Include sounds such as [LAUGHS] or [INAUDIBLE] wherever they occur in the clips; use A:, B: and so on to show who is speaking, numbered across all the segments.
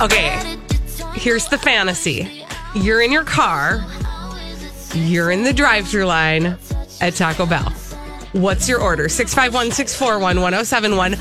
A: Okay, here's the fantasy you're in your car, you're in the drive through line at Taco Bell. What's your order? 651 641 1071.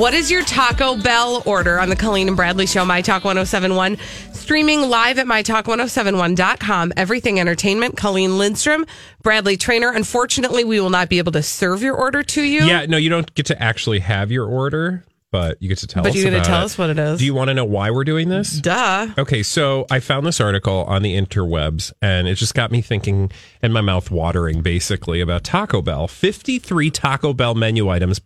A: What is your Taco Bell order on the Colleen and Bradley Show, My Talk 1071? Streaming live at MyTalk1071.com. Everything Entertainment, Colleen Lindstrom, Bradley Trainer. Unfortunately, we will not be able to serve your order to you.
B: Yeah, no, you don't get to actually have your order, but you get to tell
A: But
B: us.
A: you get to
B: about
A: tell
B: it.
A: us what it is.
B: Do you want to know why we're doing this?
A: Duh.
B: Okay, so I found this article on the interwebs and it just got me thinking and my mouth watering basically about Taco Bell. 53 Taco Bell menu items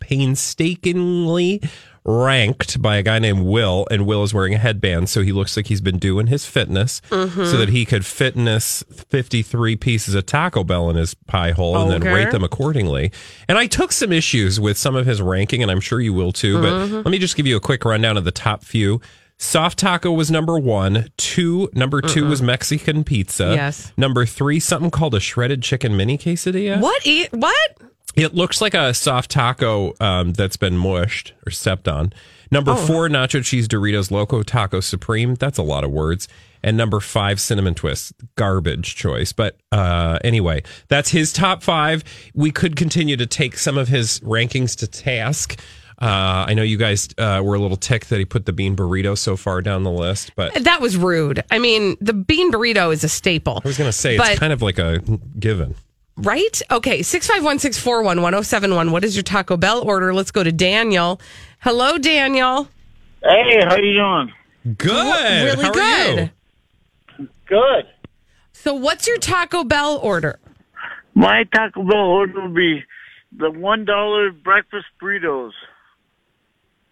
B: painstakingly ranked by a guy named Will, and Will is wearing a headband, so he looks like he's been doing his fitness so
A: Mm-hmm.
B: that he could fitness 53 pieces of Taco Bell in his pie hole and then
A: Okay.
B: rate them accordingly. And I took some issues with some of his ranking, and I'm sure you will too, but let me just give you a quick rundown of the top few. Soft taco was number one. Two, number 2 was Mexican pizza.
A: Yes.
B: Number three, something called a shredded chicken mini quesadilla.
A: What? E- what?
B: It looks like a soft taco um, that's been mushed or stepped on.
A: Oh,
B: Number four, nacho cheese Doritos Loco Taco Supreme. That's a lot of words. And number five, cinnamon twist. Garbage choice. But uh, anyway, that's his top five. We could continue to take some of his rankings to task. Uh, I know you guys uh, were a little ticked that he put the bean burrito so far down the list, but I
A: That was rude. I mean, the bean burrito is a staple.
B: was going to say
A: But-
B: it's kind of like a given.
A: Right? Okay, 651-641-1071. What is your Taco Bell order? Let's go to Daniel. Hello, Daniel.
C: Hey, how you doing?
B: Good.
A: really
B: How are
A: good.
B: you?
C: Good.
A: So what's your Taco Bell order?
C: My Taco Bell order would be the one dollar breakfast burritos.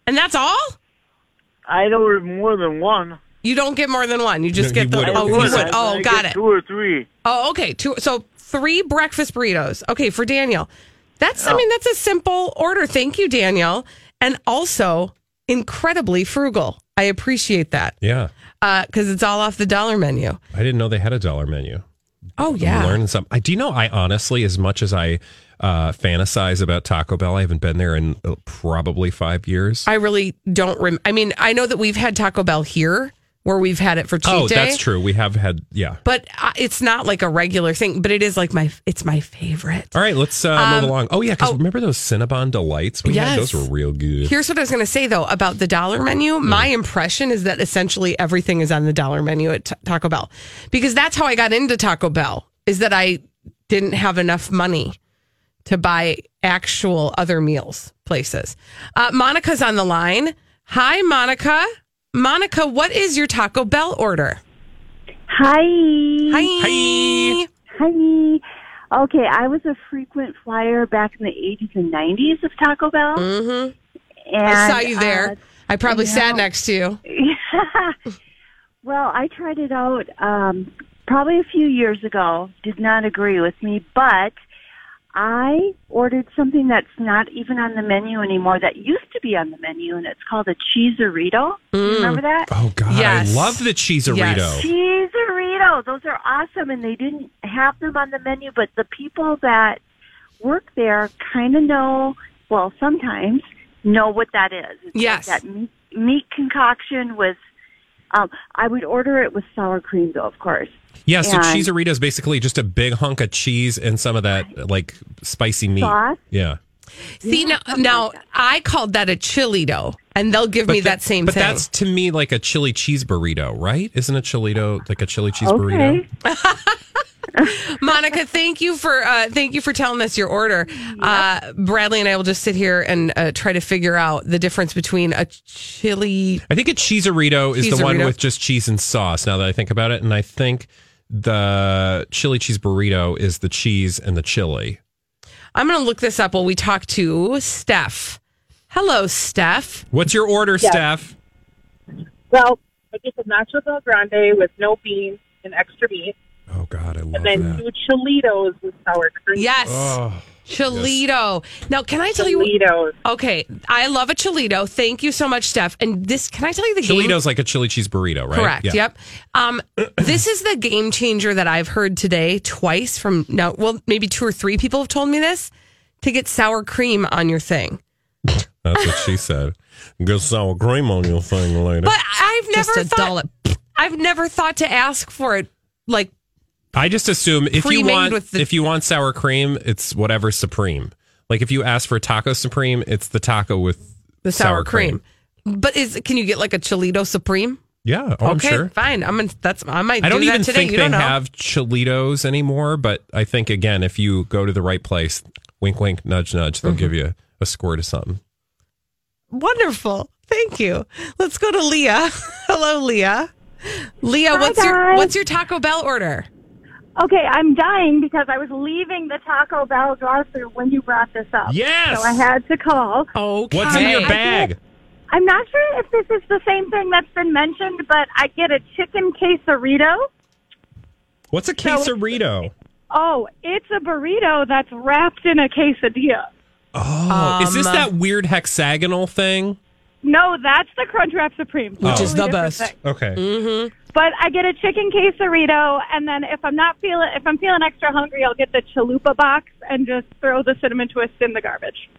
A: And that's all?
C: I don't order more than one.
A: You don't get more than one. You just
B: No,
A: get
B: you
A: the
B: would.
A: Oh,
B: You
A: you
B: would.
A: would.
C: I
A: Oh, got
C: get
A: it.
C: Two or three.
A: Oh, okay. Two so three breakfast burritos. Okay, for Daniel. That's I mean, that's a simple order. Thank you, Daniel. And also incredibly frugal. I appreciate that.
B: Yeah.
A: Uh, cuz it's all off the dollar menu.
B: I didn't know they had a dollar menu.
A: Oh,
B: I'm
A: yeah.
B: learning something. I, do you know? I honestly, as much as I uh, fantasize about Taco Bell, I haven't been there in uh, probably five years.
A: I really don't. Rem- I mean, I know that we've had Taco Bell here where we've had it for cheat
B: oh,
A: day.
B: that's true. We have had, yeah.
A: But uh, it's not like a regular thing. But it is like my it's my favorite.
B: All right, let's uh, move along. Oh yeah, because
A: oh.
B: remember those Cinnabon delights? We had
A: Yes.
B: those were real good.
A: Here's what I was going to say though about the dollar menu. My impression is that essentially everything is on the dollar menu at t- Taco Bell because that's how I got into Taco Bell is that I didn't have enough money to buy actual other meals places. Uh, Monica's on the line. Hi, Monica. Monica, what is your Taco Bell order?
D: Hi.
A: Hi.
D: Hi. Okay, I was a frequent flyer back in the 80s and 90s of Taco Bell. Mm-hmm. And, uh,
A: I saw you there. I probably
D: you
A: sat
D: know-
A: next to you.
D: uh, [LAUGHS] well, I tried it out um, probably a few years ago. Did not agree with me, but I ordered something that's not even on the menu anymore that used to be on the menu, and it's called a cheeserito. You remember that?
B: Oh god, I
A: Yes.
B: love the cheeserito.
A: Yes.
D: Cheeseritos. Those are awesome, and they didn't have them on the menu, but the people that work there kind of know, well, sometimes know what that is. It's like
A: Yes.
D: that meat, meat concoction with, um, I would order it with sour cream, though, of course.
B: Yeah, so
D: And-
B: cheeserito is basically just a big hunk of cheese and some of that like spicy meat.
D: Sauce?
B: Yeah.
A: See, now, now I called that a chili dough. and they'll give me
B: tha-
A: that same
B: but
A: thing.
B: that's to me like a chili cheese burrito, right? Isn't a chilito like a chili cheese burrito?
D: Okay.
A: Monica, thank you for uh, thank you for telling us your order. Uh, Bradley and I will just sit here and uh, try to figure out the difference between a chili.
B: I think a cheeserito is the one
A: Cheeserito.
B: with just cheese and sauce. Now that I think about it, and I think the chili cheese burrito is the cheese and the chili.
A: I'm going to look this up while we talk to Steph. Hello, Steph.
B: What's your order, Steph?
E: Well, I get the nacho del grande with no beans and extra meat,
B: Oh God, I love
E: and
B: that.
E: then two chilitos with sour cream.
A: Yes,
B: Oh,
A: chilito. Now, can I tell you?
E: Chilitos.
A: Okay, I love a chilito. Thank you so much, Steph. And this, can I tell you the game?
B: chilito's like a chili cheese burrito, right?
A: Correct.
B: Yeah.
A: Yep. Um, [CLEARS THROAT] this is the game changer that I've heard today twice from now. Well, maybe two or three people have told me this to get sour cream on your thing.
B: That's what she said. Get sour cream on your thing later.
A: But I've never
F: Just a
A: thought.
F: dollop.
A: I've never thought to ask for it. Like
B: I just assume if you
A: Pre-made
B: want
A: with the-
B: if you want sour cream, it's whatever supreme. Like if you ask for taco supreme, it's the taco with
A: the sour, cream. But is can you get like a chilito supreme?
B: Yeah, oh, I'm
A: okay,
B: sure.
A: fine. I'm gonna, that's I might
B: I don't
A: do
B: even
A: that today.
B: think
A: you
B: they
A: don't know.
B: have Cholitos anymore, but I think again, if you go to the right place, wink, wink, nudge, nudge, they'll give you a squirt of something.
A: Wonderful. Thank you. Let's go to Leah. [LAUGHS] Hello, Leah. Leah,
D: Hi,
A: what's your
D: guys.
A: what's your Taco Bell order?
D: Okay, I'm dying because I was leaving the Taco Bell drive-through when you brought this up.
B: Yes!
D: So I had to call.
A: Okay.
B: What's in your bag?
D: I'm not sure if this is the same thing that's been mentioned, but I get a chicken quesarito.
B: What's a quesarito?
D: Oh, it's a burrito that's wrapped in a quesadilla.
B: Oh, is
A: Um,
B: this that weird hexagonal thing?
D: No, that's the Crunchwrap Supreme.
B: Which
D: Totally
B: is
A: the
D: different
A: best.
D: thing.
B: Okay.
A: Mm,
D: But I get a chicken quesarito, and then if I'm not feeling if I'm feeling extra hungry, I'll get the chalupa box and just throw the cinnamon twist in the garbage.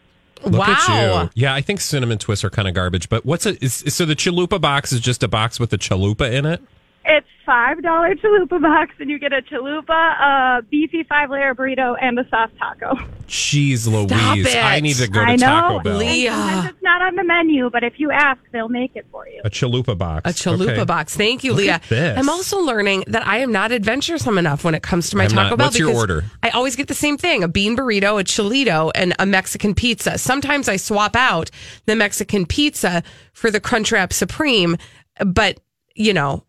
B: Look
A: Wow.
B: at you. Yeah, I think cinnamon twists are kind of garbage, but what's a is, so the chalupa box is just a box with a chalupa in it?
D: It's five dollar chalupa box, and you get a chalupa, a beefy five layer burrito, and a soft taco.
B: Jeez Louise.
A: it.
B: I need to go to
D: I know.
B: Taco Bell.
A: Lee- Yeah.
D: Sometimes it's not on the menu, but if you ask, they'll make it for you.
B: A chalupa box.
A: A chalupa
B: Okay.
A: box. Thank you,
B: Look
A: Leah.
B: at this.
A: I'm also learning that I am not adventuresome enough when it comes to my
B: I'm
A: Taco
B: not.
A: Bell.
B: What's your
A: because
B: order?
A: I always get the same thing: a bean burrito, a chilito, and a Mexican pizza. Sometimes I swap out the Mexican pizza for the Crunchwrap Supreme, but you know,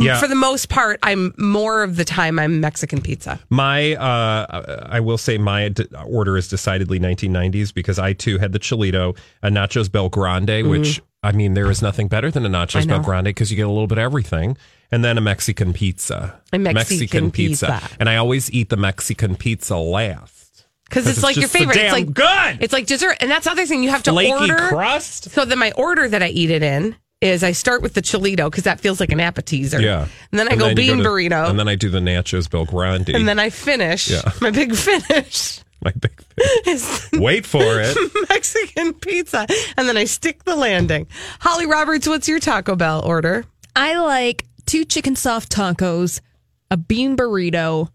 B: Yeah.
A: for the most part, I'm more of the time I'm Mexican pizza.
B: My, uh, I will say my d- order is decidedly 1990s because I too had the Chilito, a Nachos Bel Grande,
A: Mm-hmm.
B: which I mean, there is nothing better than a Nachos Bel Grande because you get a little bit of everything, and then a Mexican pizza.
A: A Mexican pizza.
B: And I always eat the Mexican pizza last.
A: Because it's, like your
B: just so
A: favorite. it's
B: damn
A: like
B: good.
A: It's like dessert, and that's the other thing you have to
B: Flaky
A: order.
B: crust.
A: So then my order that I eat it in is I start with the chilito because that feels like an appetizer.
B: Yeah.
A: And then I go
B: you
A: bean
B: to-
A: burrito.
B: And then I do the Nachos Bel Grande.
A: and then I finish.
B: Yeah.
A: My big [LAUGHS] finish
B: my big thing.
A: is [LAUGHS]
B: Wait for it.
A: Mexican pizza. And then I stick the landing. Holly Roberts, what's your Taco Bell order?
F: I like two chicken soft tacos, a bean burrito,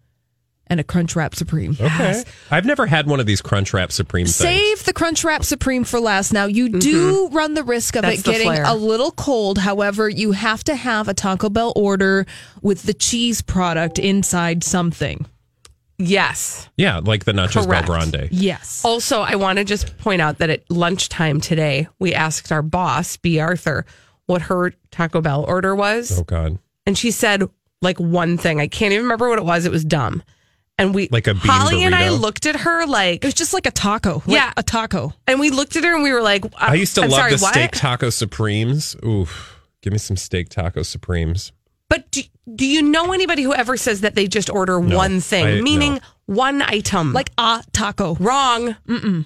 F: and a crunch wrap supreme.
B: Okay. I've never had one of these Crunchwrap Supreme things.
F: Save the crunch wrap supreme for last. Now you do run the risk of
A: That's
F: it
A: the
F: getting
A: flair.
F: a little cold. However, you have to have a Taco Bell order with the cheese product inside something.
A: Yes.
B: Yeah, like the Nachos
A: Correct.
B: Bel Grande.
F: Yes.
A: Also, I want to just point out that at lunchtime today, we asked our boss, B. Arthur, what her Taco Bell order was.
B: Oh God.
A: and she said like one thing. I can't even remember what it was. It was dumb. And we
B: Like a bean
A: Holly and I
B: burrito?
A: looked at her like
F: It was just like a taco. like
A: Yeah.
F: A taco.
A: and we looked at her and we were like uh,
B: I used to
A: I'm
B: love
A: sorry,
B: the
A: what?
B: steak taco supremes. Oof. Give me some steak taco supremes.
A: But do, do you know anybody who ever says that they just order one thing,
B: I-
A: meaning
B: no.
A: one item?
F: Like a taco.
A: wrong.
B: Do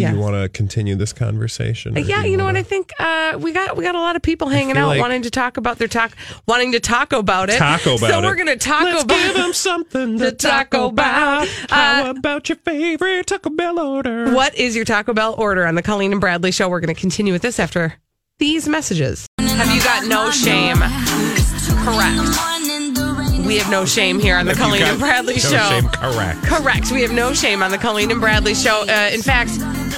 A: Yes.
B: you want to continue this conversation? or
A: Yeah,
B: do
A: you know what?
B: wanna-
A: I think uh, we got we got a lot of people hanging
B: Mm-hmm. feel
A: out
B: like-
A: wanting to talk about their talk wanting to talk about it.
B: Taco
A: So
B: about
A: we're
B: it.
A: gonna talk
B: Let's
A: about
B: give
A: [LAUGHS]
B: them something
A: The
B: to
A: Taco
B: Taco Bell.
A: Bell. Uh,
B: How about your favorite Taco Bell order?
A: what is your Taco Bell order on the Colleen and Bradley show? We're going to continue with this after these messages. Have you got no shame? Correct. We have no shame here on the Colleen and Bradley
B: no
A: show.
B: Shame, correct.
A: Correct. We have no shame on the Colleen and Bradley show. Uh, in fact,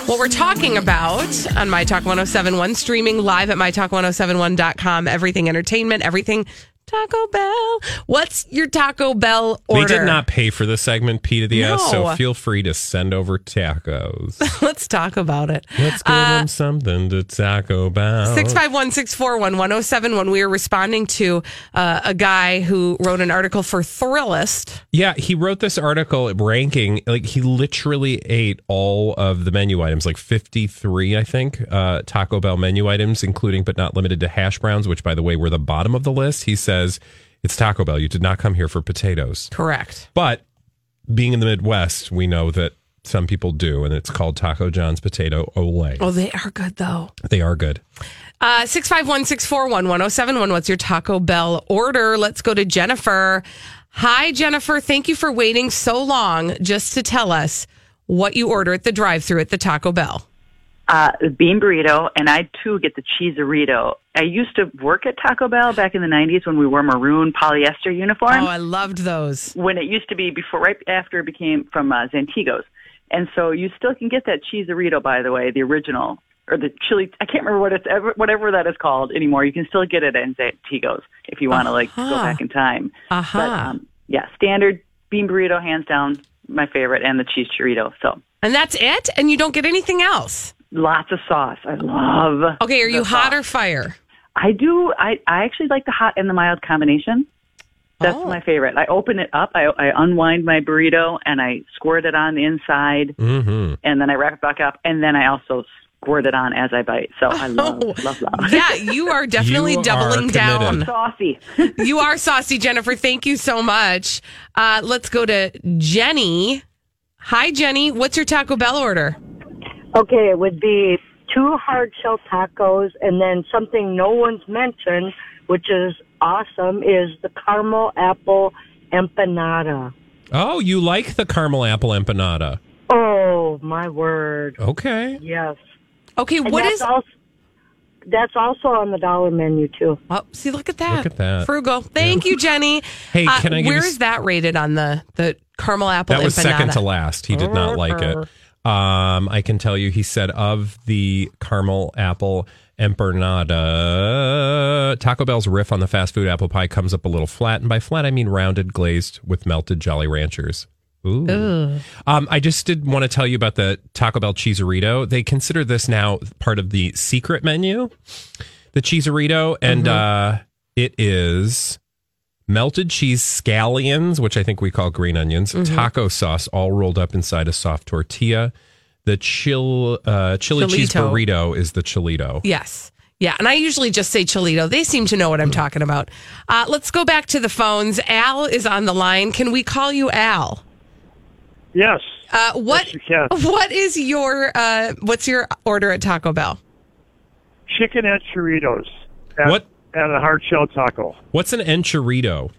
A: What we're talking about on My Talk 1071, streaming live at MyTalk1071.com, everything entertainment, everything Taco Bell. What's your Taco Bell order?
B: They did not pay for the segment, P to the S,
A: No.
B: so feel free to send over
A: [LAUGHS]
B: tacos.
A: [LAUGHS] Let's talk about it.
B: Let's give them something to taco about.
A: Uh, Six five one six four one one zero seven one. We are responding to uh, a guy who wrote an article for Thrillist.
B: Yeah, he wrote this article ranking like he literally ate all of the menu items, like fifty three, I think, uh, Taco Bell menu items, including but not limited to hash browns, which by the way were the bottom of the list. He says it's Taco Bell. You did not come here for potatoes,
A: Correct.
B: but being in the Midwest, we know that some people do, and it's called Taco John's potato ole.
A: Oh, they are good though.
B: They are good.
A: Uh, six five one six four one one zero seven one. What's your Taco Bell order? Let's go to Jennifer. Hi, Jennifer. Thank you for waiting so long just to tell us what you order at the drive-through at the Taco Bell.
G: Uh, bean burrito, and I too get the cheeserito. I used to work at Taco Bell back in the '90s when we wore maroon polyester uniforms.
A: Oh, I loved those.
G: when it used to be before, right after it became from uh, Zantigos, and so you still can get that cheeserito, by the way, the original or the chili. I can't remember what it's ever, whatever that is called anymore. You can still get it in Zantigos if you want to like go
A: Uh-huh.
G: back in time.
A: Uh
D: Uh-huh.
G: But
A: huh.
G: um, yeah, standard bean burrito, hands down, my favorite, and the cheese chorito. So
A: And that's it. And you don't get anything else.
G: lots of sauce. I love.
A: Okay. Are you
G: the
A: hot
G: sauce.
A: or fire?
G: I do. I I actually like the hot and the mild combination. That's
A: Oh.
G: my favorite. I open it up, I, I unwind my burrito, and I squirt it on the inside,
B: Mm-hmm.
G: and then I wrap it back up, and then I also squirt it on as I bite. So I love,
A: [LAUGHS] Oh.
G: love, love.
A: Yeah, [LAUGHS] you are definitely
B: You are
A: doubling down.
B: committed.
G: Saucy.
A: You are saucy, Jennifer. Thank you so much. Uh, let's go to Jenny. Hi, Jenny. What's your Taco Bell order?
H: Okay, it would be two hard shell tacos and then something no one's mentioned, which is awesome, is the caramel apple empanada.
B: Oh, you like the caramel apple empanada?
H: Oh my word.
B: Okay.
H: Yes.
A: Okay,
H: And
A: what
H: that's
A: is?
H: also that's also on the dollar menu too.
A: Oh, see, look at that.
B: Look at that.
A: Frugal. Thank you, Jenny.
B: [LAUGHS]
A: Uh,
B: Hey, can I give you
A: Where
B: s-
A: is that rated on the the caramel apple?
B: That was
A: empanada?
B: second to last. He did not like it. Um, I can tell you, he said of the caramel apple empanada, Taco Bell's riff on the fast food apple pie comes up a little flat, and by flat I mean rounded, glazed with melted Jolly Ranchers. Ooh. Um, I just did want to tell you about the Taco Bell cheeserito. They consider this now part of the secret menu, the cheeserito, and
A: Mm-hmm.
B: uh, it is melted cheese scallions, which I think we call green onions,
A: Mm-hmm.
B: taco sauce, all rolled up inside a soft tortilla. The chill, uh, chili cheese
A: Chilito.
B: burrito is the chilito.
A: Yes. Yeah, and I usually just say Cholito. They seem to know
B: Hmm.
A: what I'm talking about. Uh, let's go back to the phones. Al is on the line. Can we call you Al?
C: Yes.
A: Uh, what
C: you can.
A: [LAUGHS] What is your uh, What's your order at Taco Bell?
C: Chicken and churritos. And,
B: What?
C: And a hard shell taco.
B: What's an enchilito?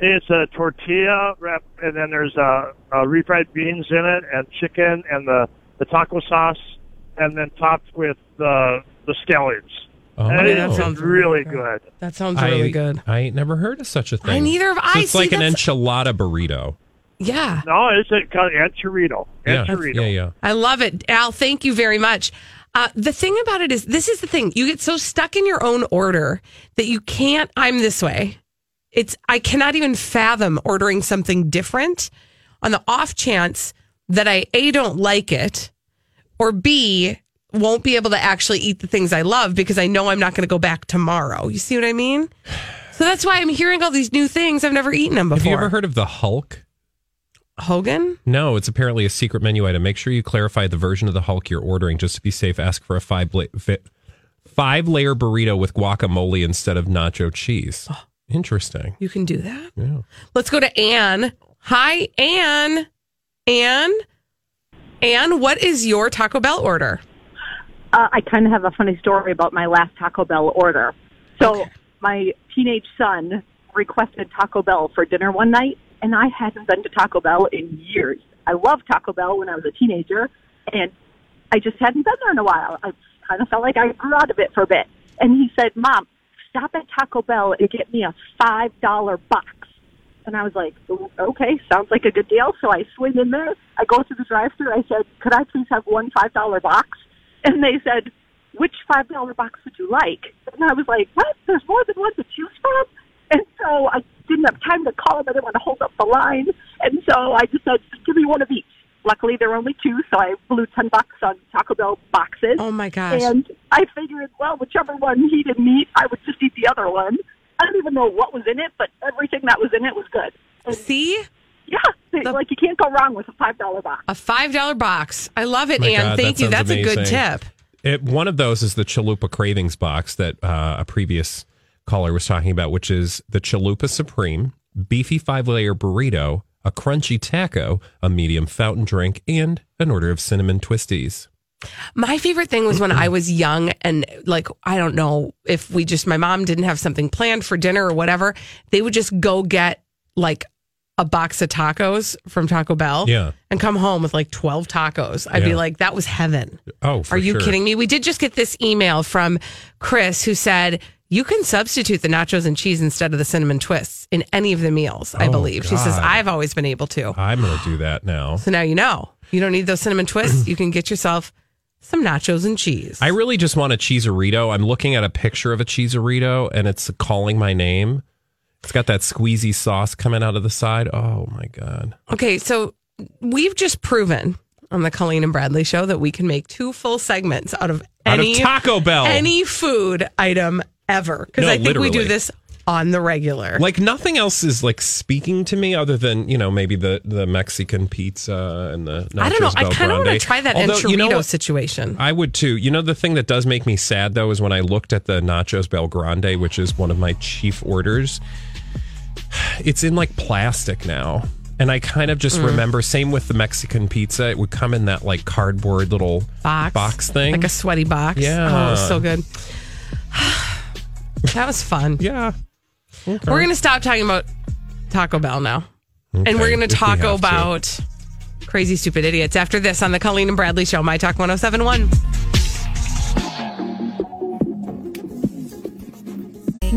C: It's a tortilla wrap, and then there's uh, uh, refried beans in it, and chicken, and the, the taco sauce, and then topped with uh, the scallions.
B: Oh.
C: and
A: that
C: it's
A: sounds
C: really
A: really
C: good.
A: That sounds really
B: I,
A: good.
B: I ain't never heard of such a thing.
A: neither have I.
B: It's
A: See,
B: like an
A: that's-
B: enchilada burrito.
A: Yeah,
C: No, it's a and churrito.
B: Yeah.
C: And churrito.
B: yeah, yeah.
A: I love it, Al. Thank you very much. Uh, the thing about it is, this is the thing. You get so stuck in your own order that you can't. I'm this way. It's I cannot even fathom ordering something different on the off chance that I a don't like it or b won't be able to actually eat the things I love because I know I'm not going to go back tomorrow. You see what I mean? So that's why I'm hearing all these new things. I've never eaten them before.
B: Have you ever heard of the Hulk?
A: Hogan?
B: No, it's apparently a secret menu item. Make sure you clarify the version of the Hulk you're ordering. Just to be safe, ask for a five bla- fi- five layer burrito with guacamole instead of nacho cheese. Interesting.
A: You can do that.
B: Yeah.
A: Let's go to Anne. Hi, Anne. Anne. Anne, what is your Taco Bell order?
G: Uh, I kind of have a funny story about my last Taco Bell order. So my teenage son requested Taco Bell for dinner one night, and I hadn't been to Taco Bell in years. I loved Taco Bell when I was a teenager, and I just hadn't been there in a while. I kind of felt like I grew out of it for a bit. And he said, "Mom, stop at Taco Bell and get me a five dollar box." And I was like, "Ooh, okay, sounds like a good deal. So I swing in there. I go through the drive-through. I said, could I please have one $5 box? And they said, which $5 box would you like? And I was like, what? There's more than one to choose from? And so I didn't have time to call them. I didn't want to hold up the line. And so I just said, just give me one of each. Luckily, there were only two, so I blew 10 bucks on Taco Bell boxes.
A: Oh, my gosh.
G: And I figured, well, whichever one he didn't eat, I would just eat the other one. I don't even know what was in it, but everything that was in it was good. And
A: See?
G: yeah, they, like you can't go wrong with a $5 box.
A: A $5 box. I love it,
B: My
A: Anne.
B: God,
A: Thank
B: that
A: you.
B: sounds
A: That's a good
B: amazing.
A: tip.
B: It, one of those is the Chalupa Cravings box that uh, a previous caller was talking about, which is the Chalupa Supreme, beefy five layer burrito, a crunchy taco, a medium fountain drink, and an order of cinnamon twisties.
A: My favorite thing was when I was young and like I don't know if we just my mom didn't have something planned for dinner or whatever, they would just go get like a box of tacos from Taco Bell
B: Yeah.
A: and come home with like 12 tacos. I'd be
B: Yeah.
A: like that was heaven.
B: Oh, for
A: Are you
B: sure.
A: kidding me? We did just get this email from Chris who said you can substitute the nachos and cheese instead of the cinnamon twists in any of the meals, I
B: Oh,
A: believe. She says
B: God.
A: I've always been able to.
B: I'm going to do that now.
A: So now you know. You don't need those
B: [CLEARS THROAT]
A: cinnamon twists. You can get yourself some nachos and cheese.
B: I really just want a cheeserito. I'm looking at a picture of a cheeserito and it's calling my name. It's got that squeezy sauce coming out of the side. Oh my god.
A: Okay, so we've just proven on the Colleen and Bradley show that we can make two full segments out of
B: Out of
A: any
B: Taco Bell.
A: any food item ever because
B: No,
A: I think we do
B: literally.
A: this on the regular.
B: Like nothing else is like speaking to me other than, you know, maybe the the Mexican pizza and the nachos
A: I don't know. I
B: Bel
A: kind of want to
B: Grande.
A: try that
B: Although,
A: enchilada
B: you know what?
A: situation.
B: I would too. You know the thing that does make me sad though is when I looked at the nachos Bel Grande, which is one of my chief orders. [SIGHS] It's in like plastic now. And I kind of
A: Mm.
B: just remember same with the Mexican pizza. It would come in that like cardboard little
A: box
B: thing.
A: like a sweaty box.
B: Yeah.
A: oh, so good. [SIGHS] that was fun.
B: yeah.
A: We're gonna stop talking about Taco Bell now, and we're gonna
B: if we
A: talk
B: have to.
A: about crazy stupid idiots after this on the Colleen and Bradley Show, My Talk 1071.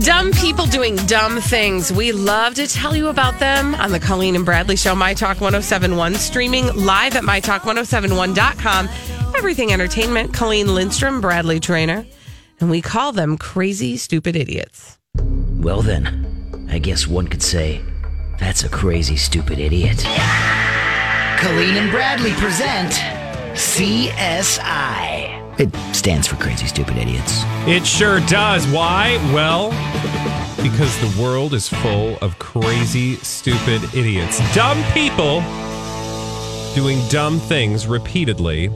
A: Dumb people doing dumb things. We love to tell you about them on the Colleen and Bradley Show, My Talk 1071, streaming live at MyTalk1071.com. Everything Entertainment, Colleen Lindstrom, Bradley Trainer. And we call them crazy, stupid idiots.
I: Well, then, I guess one could say that's a crazy, stupid idiot. Colleen and Bradley present CSI. It stands for Crazy, Stupid Idiots.
B: It sure does. Why? Well, because the world is full of crazy, stupid idiots. Dumb people doing dumb things repeatedly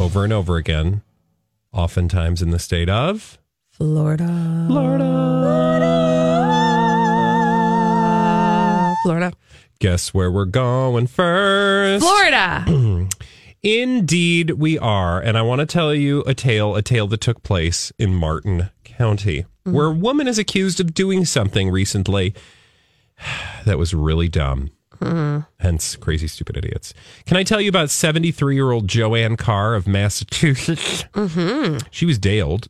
B: over and over again, oftentimes in the state of
A: Florida. Florida.
B: guess where we're going first.
A: Florida.
B: Indeed, we are. And I want to tell you a tale, a tale that took place in Martin County, where a woman is accused of doing something recently [SIGHS] that was really dumb. Hence, crazy, stupid idiots. Can I tell you about 73 year old Joanne Carr of Massachusetts? She was jailed.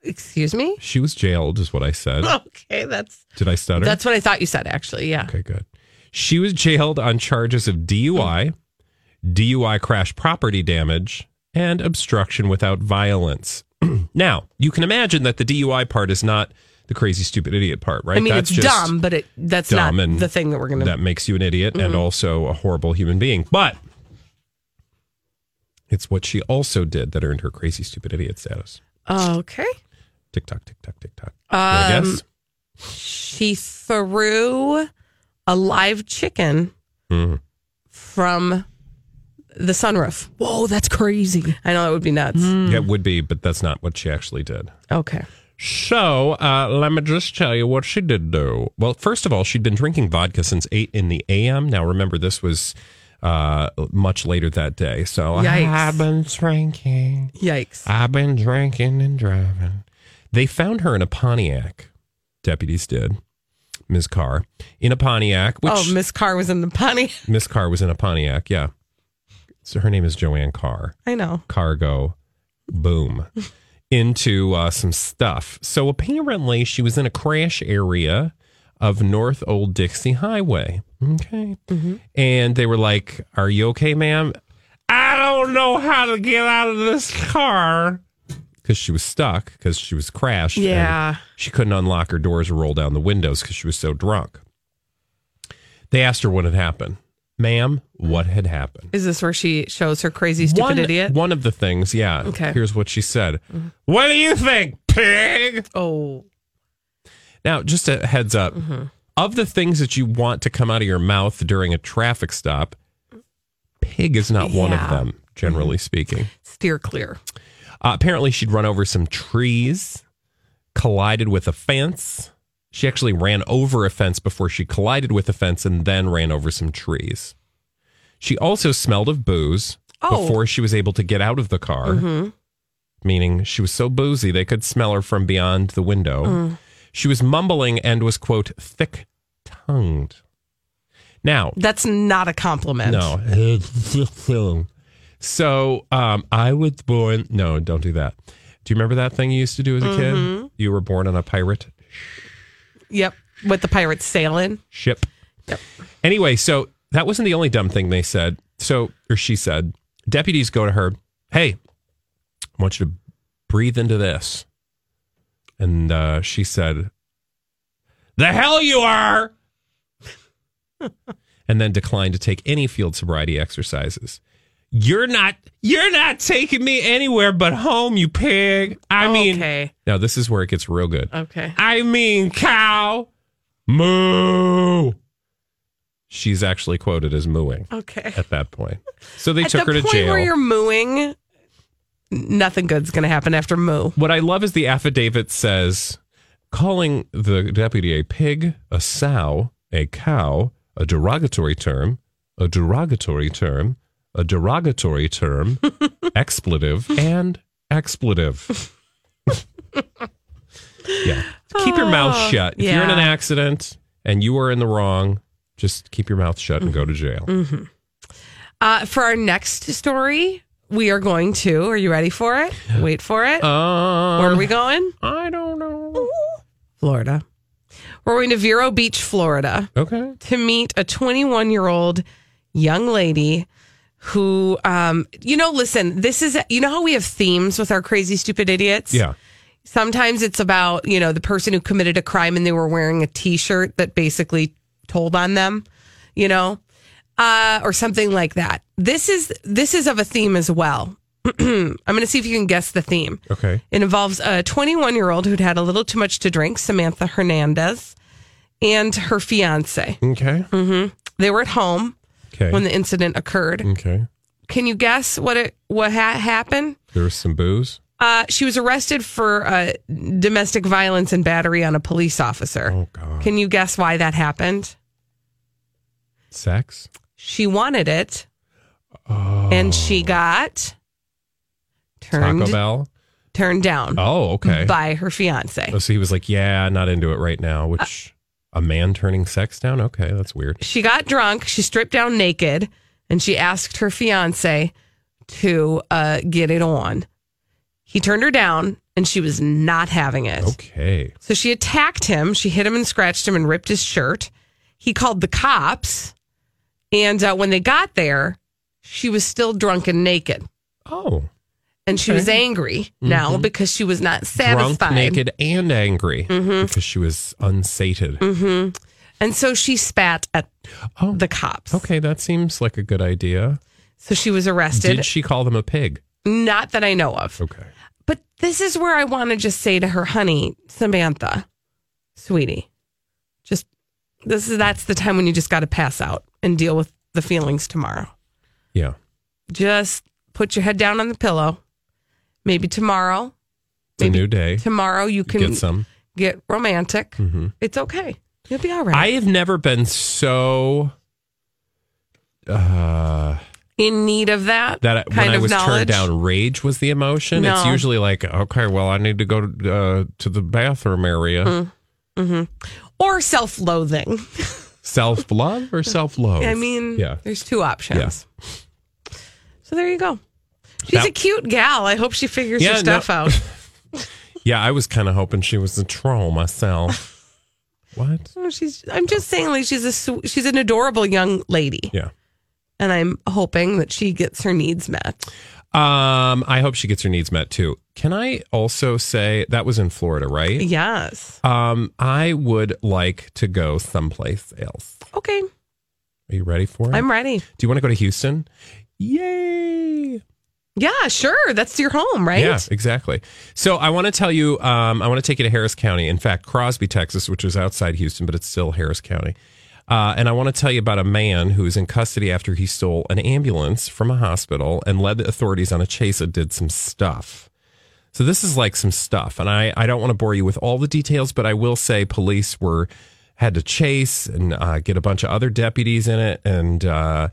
A: Excuse me?
B: She was jailed, is what I said.
A: [LAUGHS] Okay, that's
B: Did I stutter?
A: that's what I thought you said actually. Yeah.
B: Okay, good. She was jailed on charges of DUI, DUI crash property damage, and obstruction without violence. [CLEARS THROAT] now, you can imagine that the DUI part is not the crazy, stupid idiot part, right?
A: I mean, it's
B: just
A: dumb, Mm-hmm. but it that's
B: dumb
A: not
B: and
A: the thing that we're going to
B: that makes you an idiot and also a horrible human being. But it's what she also did that earned her crazy, stupid idiot status.
A: Okay.
B: Tick tock, tick tock, tick tock. I
A: Um,
B: guess.
A: She threw a live chicken
B: Hmm.
A: from the sunroof.
F: Whoa, that's crazy.
A: I know that would be nuts.
B: Yeah, it would be, but that's not what she actually did.
A: Okay.
B: So uh, let me just tell you what she did do. Well, first of all, she'd been drinking vodka since eight in the a.m. Now remember, this was uh, much later that day. So
A: Yikes.
B: I've been drinking,
A: Yikes.
B: I've been drinking and driving. They found her in a Pontiac. Deputies did. Ms. Carr in a Pontiac, which
A: oh, Miss Carr was in the punny.
B: Miss Carr was in a Pontiac. Yeah. So her name is Joanne Carr
A: [LAUGHS] I know. [CLEARS THROAT]
B: cargo boom [LAUGHS] into uh, some stuff. So apparently, she was in a crash area of North Old Dixie Highway. Okay. And they were like, Are you okay, ma'am? I don't know how to get out of this car. Because she was stuck, because she was crashed. and
A: Yeah.
B: She couldn't unlock her doors or roll down the windows because she was so drunk. They asked her what had happened. Ma'am, what had happened?
A: Is this where she shows her crazy, stupid
B: one,
A: idiot?
B: One of the things, yeah.
A: Okay. Mm-hmm.
B: Here's what she said. What do you think, pig?
A: Oh.
B: Now, just a heads up
A: Mm-hmm.
B: of the things that you want to come out of your mouth during a traffic stop, pig is not one of
A: Yeah. Mm-hmm.
B: them, generally speaking.
A: Steer clear.
B: Uh, apparently, she'd run over some trees, collided with a fence. She actually ran over a fence before she collided with a fence and then ran over some trees. She also smelled of booze
A: Oh.
B: before she was able to get out of the car,
A: Mhm.
B: meaning she was so boozy they could smell her from beyond the window. She was mumbling and was, quote, thick tongued. Now,
A: That's not a compliment.
B: no. so um, I was born. No, don't do that. Do you remember that thing you used to do as a
A: Mhm.
B: kid? You were born on a pirate
A: Yep. With the pirates sailing.
B: ship. Anyway, so that wasn't the only dumb thing they said. So, or she said, deputies go to her, hey, I want you to breathe into this. And uh, she said, the hell you are. [LAUGHS] and then declined to take any field sobriety exercises. You're not you're not taking me anywhere but home, you pig. I mean
A: Oh, Okay. Oh,
B: Now this is where it gets real good.
A: Okay.
B: I mean, cow, moo. She's actually quoted as mooing
A: Okay.
B: at that point. So they
A: At
B: took
A: the
B: her to
A: point where you're
B: jail.
A: mooing, nothing good's going to happen after moo.
B: What I love is the affidavit says calling the deputy a pig, a sow, a cow, a derogatory term, a derogatory term, a derogatory
A: [LAUGHS]
B: term, expletive, and
A: [LAUGHS]
B: expletive. yeah. Keep your mouth
A: Oh,
B: shut. If you're in an
A: yeah.
B: accident and you are in the wrong, just keep your mouth shut and go to jail.
A: Mm-hmm. Uh, for our next story, we are going to. Are you ready for it? Wait for it.
B: Um,
A: Where are we going?
B: I don't know.
A: Florida. We're going to Vero Beach, Florida,
B: Okay.
A: to meet a 21 year old young lady who, um, you know, listen, this is, you know how we have themes with our crazy, stupid idiots?
B: Yeah.
A: Sometimes it's about, you know, the person who committed a crime and they were wearing a t shirt that basically told on them, you know, uh, or something like that. This is, this is of a theme as well. I'm going to see if you can guess the theme.
B: Okay.
A: It involves a 21 year old who'd had a little too much to drink, Samantha Hernandez, and her fiance.
B: Okay.
A: They were at home
B: Okay.
A: Mm. when the incident occurred.
B: okay.
A: Can you guess what it what ha- happened?
B: There was some booze.
A: Uh, she was arrested for uh, domestic violence and battery on a police officer.
B: Oh God.
A: Can you guess why that happened?
B: Sex.
A: She wanted it,
B: Oh.
A: and she got
B: Taco
A: turned
B: Bell.
A: turned down
B: Oh, okay.
A: by her fiance.
B: Oh, so he was like, "Yeah, not into it right now." Which a man turning sex down? Okay, that's weird.
A: she got drunk. She stripped down naked and she asked her fiance to uh, get it on. He turned her down and she was not having it.
B: Okay.
A: So she attacked him. She hit him and scratched him and ripped his shirt. He called the cops. And uh, when they got there, she was still drunk and naked.
B: Oh,
A: And she
B: Okay. Mm-hmm.
A: was angry now because she was not satisfied.
B: drunk, naked, and angry
A: Mm-hmm.
B: because she was unsated.
A: And so she spat at
B: Oh,
A: Mm. the cops.
B: okay. That seems like a good idea.
A: So she was arrested.
B: Did she call them a pig?
A: not that I know of.
B: Okay.
A: But this is where I want to just say to her, honey, Samantha, sweetie, just this is that's the time when you just got to pass out and deal with the feelings tomorrow.
B: Yeah.
A: Just put your head down on the pillow. Maybe tomorrow,
B: It's a new day.
A: tomorrow you can
B: Get some.
A: get romantic.
B: Mhm.
A: It's okay. You'll be all right.
B: I have never been so uh,
A: In need of that,
B: that
A: kind
B: when I
A: of
B: was turned
A: knowledge.
B: down, rage was the emotion. It's
A: No.
B: usually like, okay, well, I need to go to, uh, to the bathroom area.
A: Hmm. or self-loathing.
B: Self love
A: [LAUGHS]
B: or self love?
A: I mean,
B: yeah,
A: there's two options. So there you go. She's
B: That-
A: a cute gal. I hope she figures
B: Yeah,
A: her stuff
B: no-
A: out. [LAUGHS] [LAUGHS]
B: yeah. I was kind of hoping she was a troll myself. What?
A: No, Oh, she's. I'm just saying, like she's a su- she's an adorable young lady,
B: Yeah.
A: and I'm hoping that she gets her needs met.
B: Um, I hope she gets her needs met too. Can I also say that was in Florida, right?
A: Yes.
B: Um, I would like to go someplace else.
A: Okay.
B: Are you ready for it?
A: I'm ready.
B: Do you want to go to Houston? Yay.
A: Yeah, sure. That's your home, right?
B: Yeah, exactly. So I want to tell you, um, I want to take you to Harris County. In fact, Crosby, Texas, which is outside Houston, but it's still Harris County. Uh, and I want to tell you about a man who is in custody after he stole an ambulance from a hospital and led the authorities on a chase that did some stuff. So this is like some stuff, and I, I don't want to bore you with all the details, but I will say police were had to chase and uh, get a bunch of other deputies in it, and uh,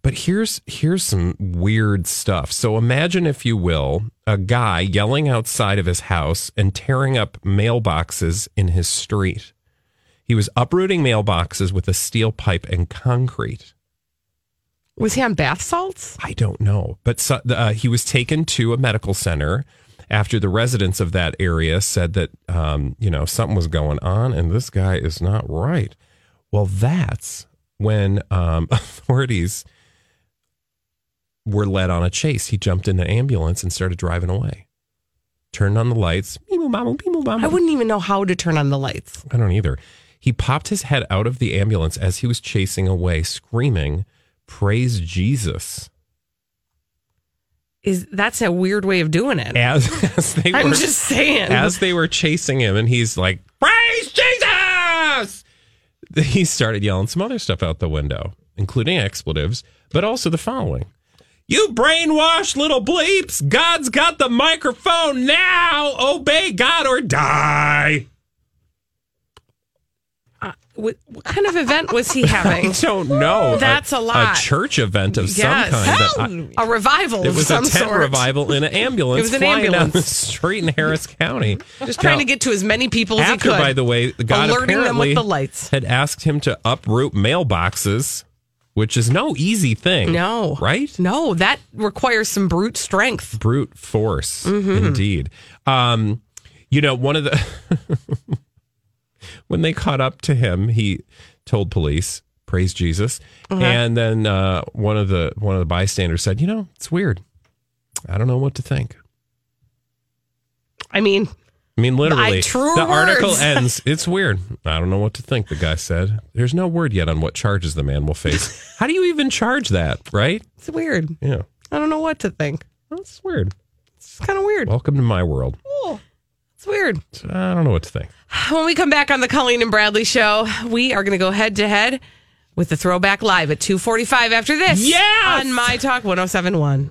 B: but here's here's some weird stuff. So imagine if you will a guy yelling outside of his house and tearing up mailboxes in his street. He was uprooting mailboxes with a steel pipe and concrete.
A: Was he on bath salts?
B: I don't know, but so, uh, he was taken to a medical center after the residents of that area said that um, you know something was going on and this guy is not right. Well, that's when um, [LAUGHS] authorities were led on a chase. He jumped in the ambulance and started driving away. Turned on the lights.
A: I wouldn't even know how to turn on the lights.
B: I don't either. He popped his head out of the ambulance as he was chasing away, screaming, "Praise Jesus!"
A: Is that's a weird way of doing it?
B: as, [LAUGHS] as they
A: I'm
B: were,
A: just saying.
B: as they were chasing him and he's like praise jesus [LAUGHS] he started yelling some other stuff out the window including expletives but also the following you brainwashed little bleeps god's got the microphone now obey god or die
A: What, what kind of event was
B: [LAUGHS]
A: he having?
B: i don't know
A: That's a lot.
B: a church event of
A: Yes.
B: some kind that I-
A: a revival.
B: it
A: of
B: was a
A: some
B: tent
A: sort.
B: revival in an ambulance
A: [LAUGHS] It was an
B: flying down
A: ambulance.
B: the street in Harris County.
A: Just trying
B: Now-
A: to get to as many people as he
B: after,
A: could.
B: by the way, God
A: alerting them
B: apparently
A: with the lights.
B: had asked him to uproot mailboxes, which is no easy thing.
A: No.
B: right?
A: No, that requires some brute strength.
B: Brute force,
A: Mm-hmm.
B: indeed. Um, you know, one of the [LAUGHS] when they caught up to him, he told police, "Praise Jesus,"
A: Uh-huh.
B: and then uh, one of the one of the bystanders said, "You know, it's weird. I don't know what to think."
A: I mean,
B: I mean, literally,
A: true
B: the article
A: words. [LAUGHS]
B: ends. It's weird. I don't know what to think. The guy said, "There's no word yet on what charges the man will
A: [LAUGHS]
B: face. How do you even charge that, right?
A: it's weird.
B: Yeah,
A: I don't know what to think.
B: that's weird.
A: It's kind of weird.
B: Welcome to my world.
A: Cool. It's weird.
B: I don't know what to think.
A: When we come back on the Colleen and Bradley show, we are going to go head to head with the Throwback Live at 2:45 after this.
J: Yes!
A: on My Talk 1071.